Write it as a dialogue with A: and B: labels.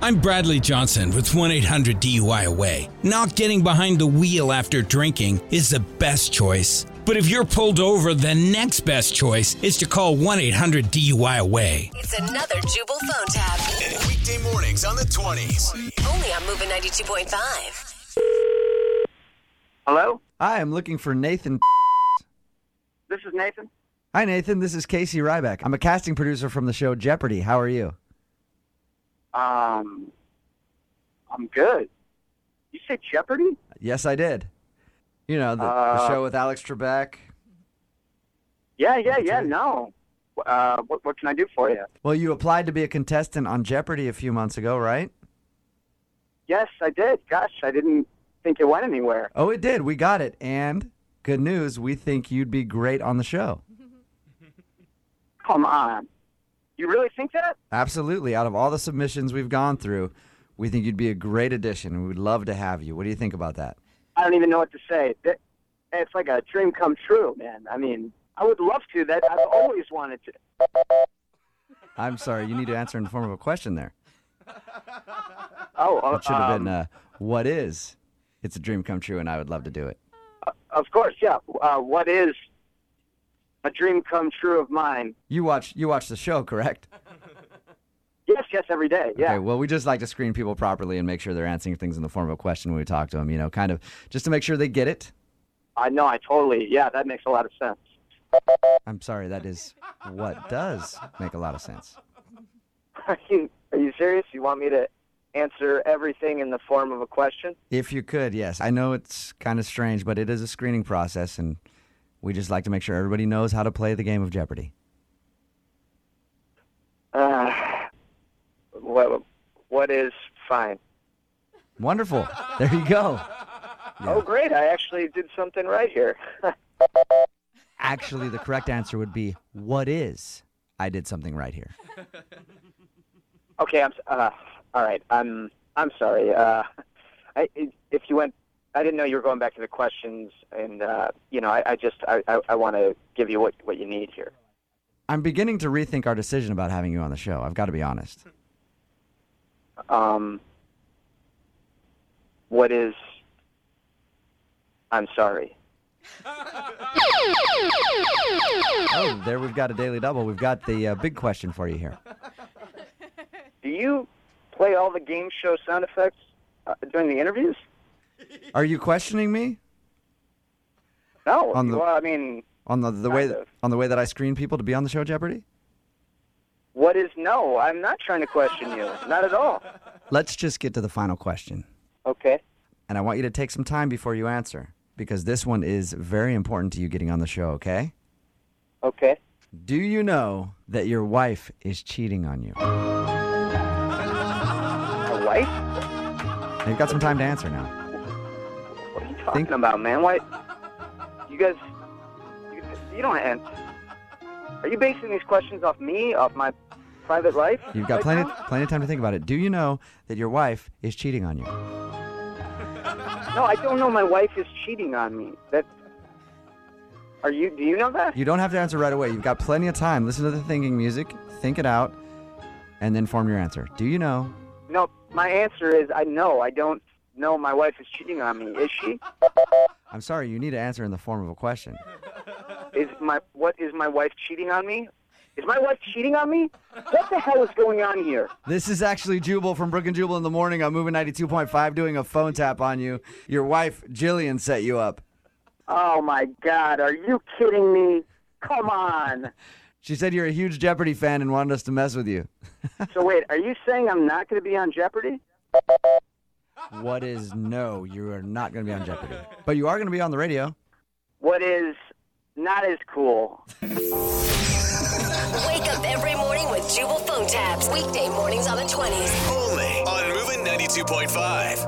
A: I'm Bradley Johnson with 1 800 DUI Away. Not getting behind the wheel after drinking is the best choice. But if you're pulled over, the next best choice is to call 1 800 DUI Away.
B: It's another Jubal phone tab.
C: Weekday mornings on the 20s.
B: Only on Moving 92.5.
D: Hello,
E: Hi, I'm looking for Nathan.
D: this is Nathan.
E: Hi, Nathan. This is Casey Ryback. I'm a casting producer from the show Jeopardy. How are you?
D: Um, I'm good. You said Jeopardy?
E: Yes, I did. You know, the, the
D: Uh,
E: show with Alex Trebek.
D: Yeah, yeah, yeah. No. Uh, what what can I do for you?
E: Well, you applied to be a contestant on Jeopardy a few months ago, right?
D: Yes, I did. Gosh, I didn't think it went anywhere.
E: Oh, it did. We got it. And good news, we think you'd be great on the show.
D: Come on. You really think that?
E: Absolutely. Out of all the submissions we've gone through, we think you'd be a great addition. We'd love to have you. What do you think about that?
D: I don't even know what to say. That- It's like a dream come true, man. I mean, I would love to. That I've always wanted to.
E: I'm sorry, you need to answer in the form of a question there.
D: Oh, uh,
E: It should have been,
D: um,
E: uh, what is? It's a dream come true, and I would love to do it.
D: of course, yeah. Uh, what is a dream come true of mine?
E: You watch you watch the show, correct?
D: Yes, yes, every day. Yeah.
E: Okay, well, we just like to screen people properly and make sure they're answering things in the form of a question when we talk to them, you know, kind of just to make sure they get it.
D: I know. I totally. Yeah, that makes a lot of sense.
E: I'm sorry, that is what does make a lot of sense.
D: Are you, are you serious? You want me to answer everything in the form of a question?
E: If you could, yes. I know it's kind of strange, but it is a screening process and we just like to make sure everybody knows how to play the game of Jeopardy.
D: Uh, what, what is fine?
E: Wonderful. There you go.
D: Oh, great. I actually did something right here.
E: Actually, the correct answer would be what is? I did something right here.
D: okay, I'm s- uh, all right. I'm I'm sorry. Uh, I, if you went, I didn't know you were going back to the questions, and uh, you know, I, I just I, I, I want to give you what what you need here.
E: I'm beginning to rethink our decision about having you on the show. I've got to be honest.
D: Um, what is? I'm sorry.
E: Oh, there we've got a daily double. We've got the uh, big question for you here.
D: Do you play all the game show sound effects uh, during the interviews?
E: Are you questioning me
D: No.
E: On the-
D: Well, I mean,
E: on the, the way
D: Kind of.
E: on the way that I screen people to be on the show Jeopardy?
D: what is no? I'm not trying to question you. Not at all.
E: Let's just get to the final question,
D: Okay.
E: and I want you to take some time before you answer because this one is very important to you getting on the show. Okay?
D: Okay.
E: Do you know that your wife is cheating on you?
D: A wife?
E: You've got some time to answer now.
D: What are you talking about, man? Why? You guys, you, you don't answer. Are you basing these questions off me, off my private life?
E: You've got
D: right
E: plenty
D: now?
E: plenty of time to think about it. Do you know that your wife is cheating on you?
D: No, I don't know. My wife is cheating on me. That. Are you? Do you know that?
E: You don't have to answer right away. You've got plenty of time. Listen to the thinking music, think it out, and then form your answer. Do you know?
D: No, my answer is I know. I don't know my wife is cheating on me. Is she?
E: I'm sorry, you need to answer in the form of a question.
D: Is my what is my wife cheating on me? Is my wife cheating on me? What the hell is going on here?
E: This is actually Jubal from Brook and Jubal in the morning. I'm moving 92.5, doing a phone tap on you. Your wife, Jillian, set you up.
D: Oh my god, are you kidding me? Come on.
E: She said you're a huge Jeopardy fan and wanted us to mess with you.
D: So wait, are you saying I'm not going to be on Jeopardy?
E: What is no? You are not going to be on Jeopardy. But you are going to be on the radio.
D: What is not as cool?
B: Wake up every morning with Jubal phone tabs. Weekday mornings on the 20s.
C: Only on Moving 92.5.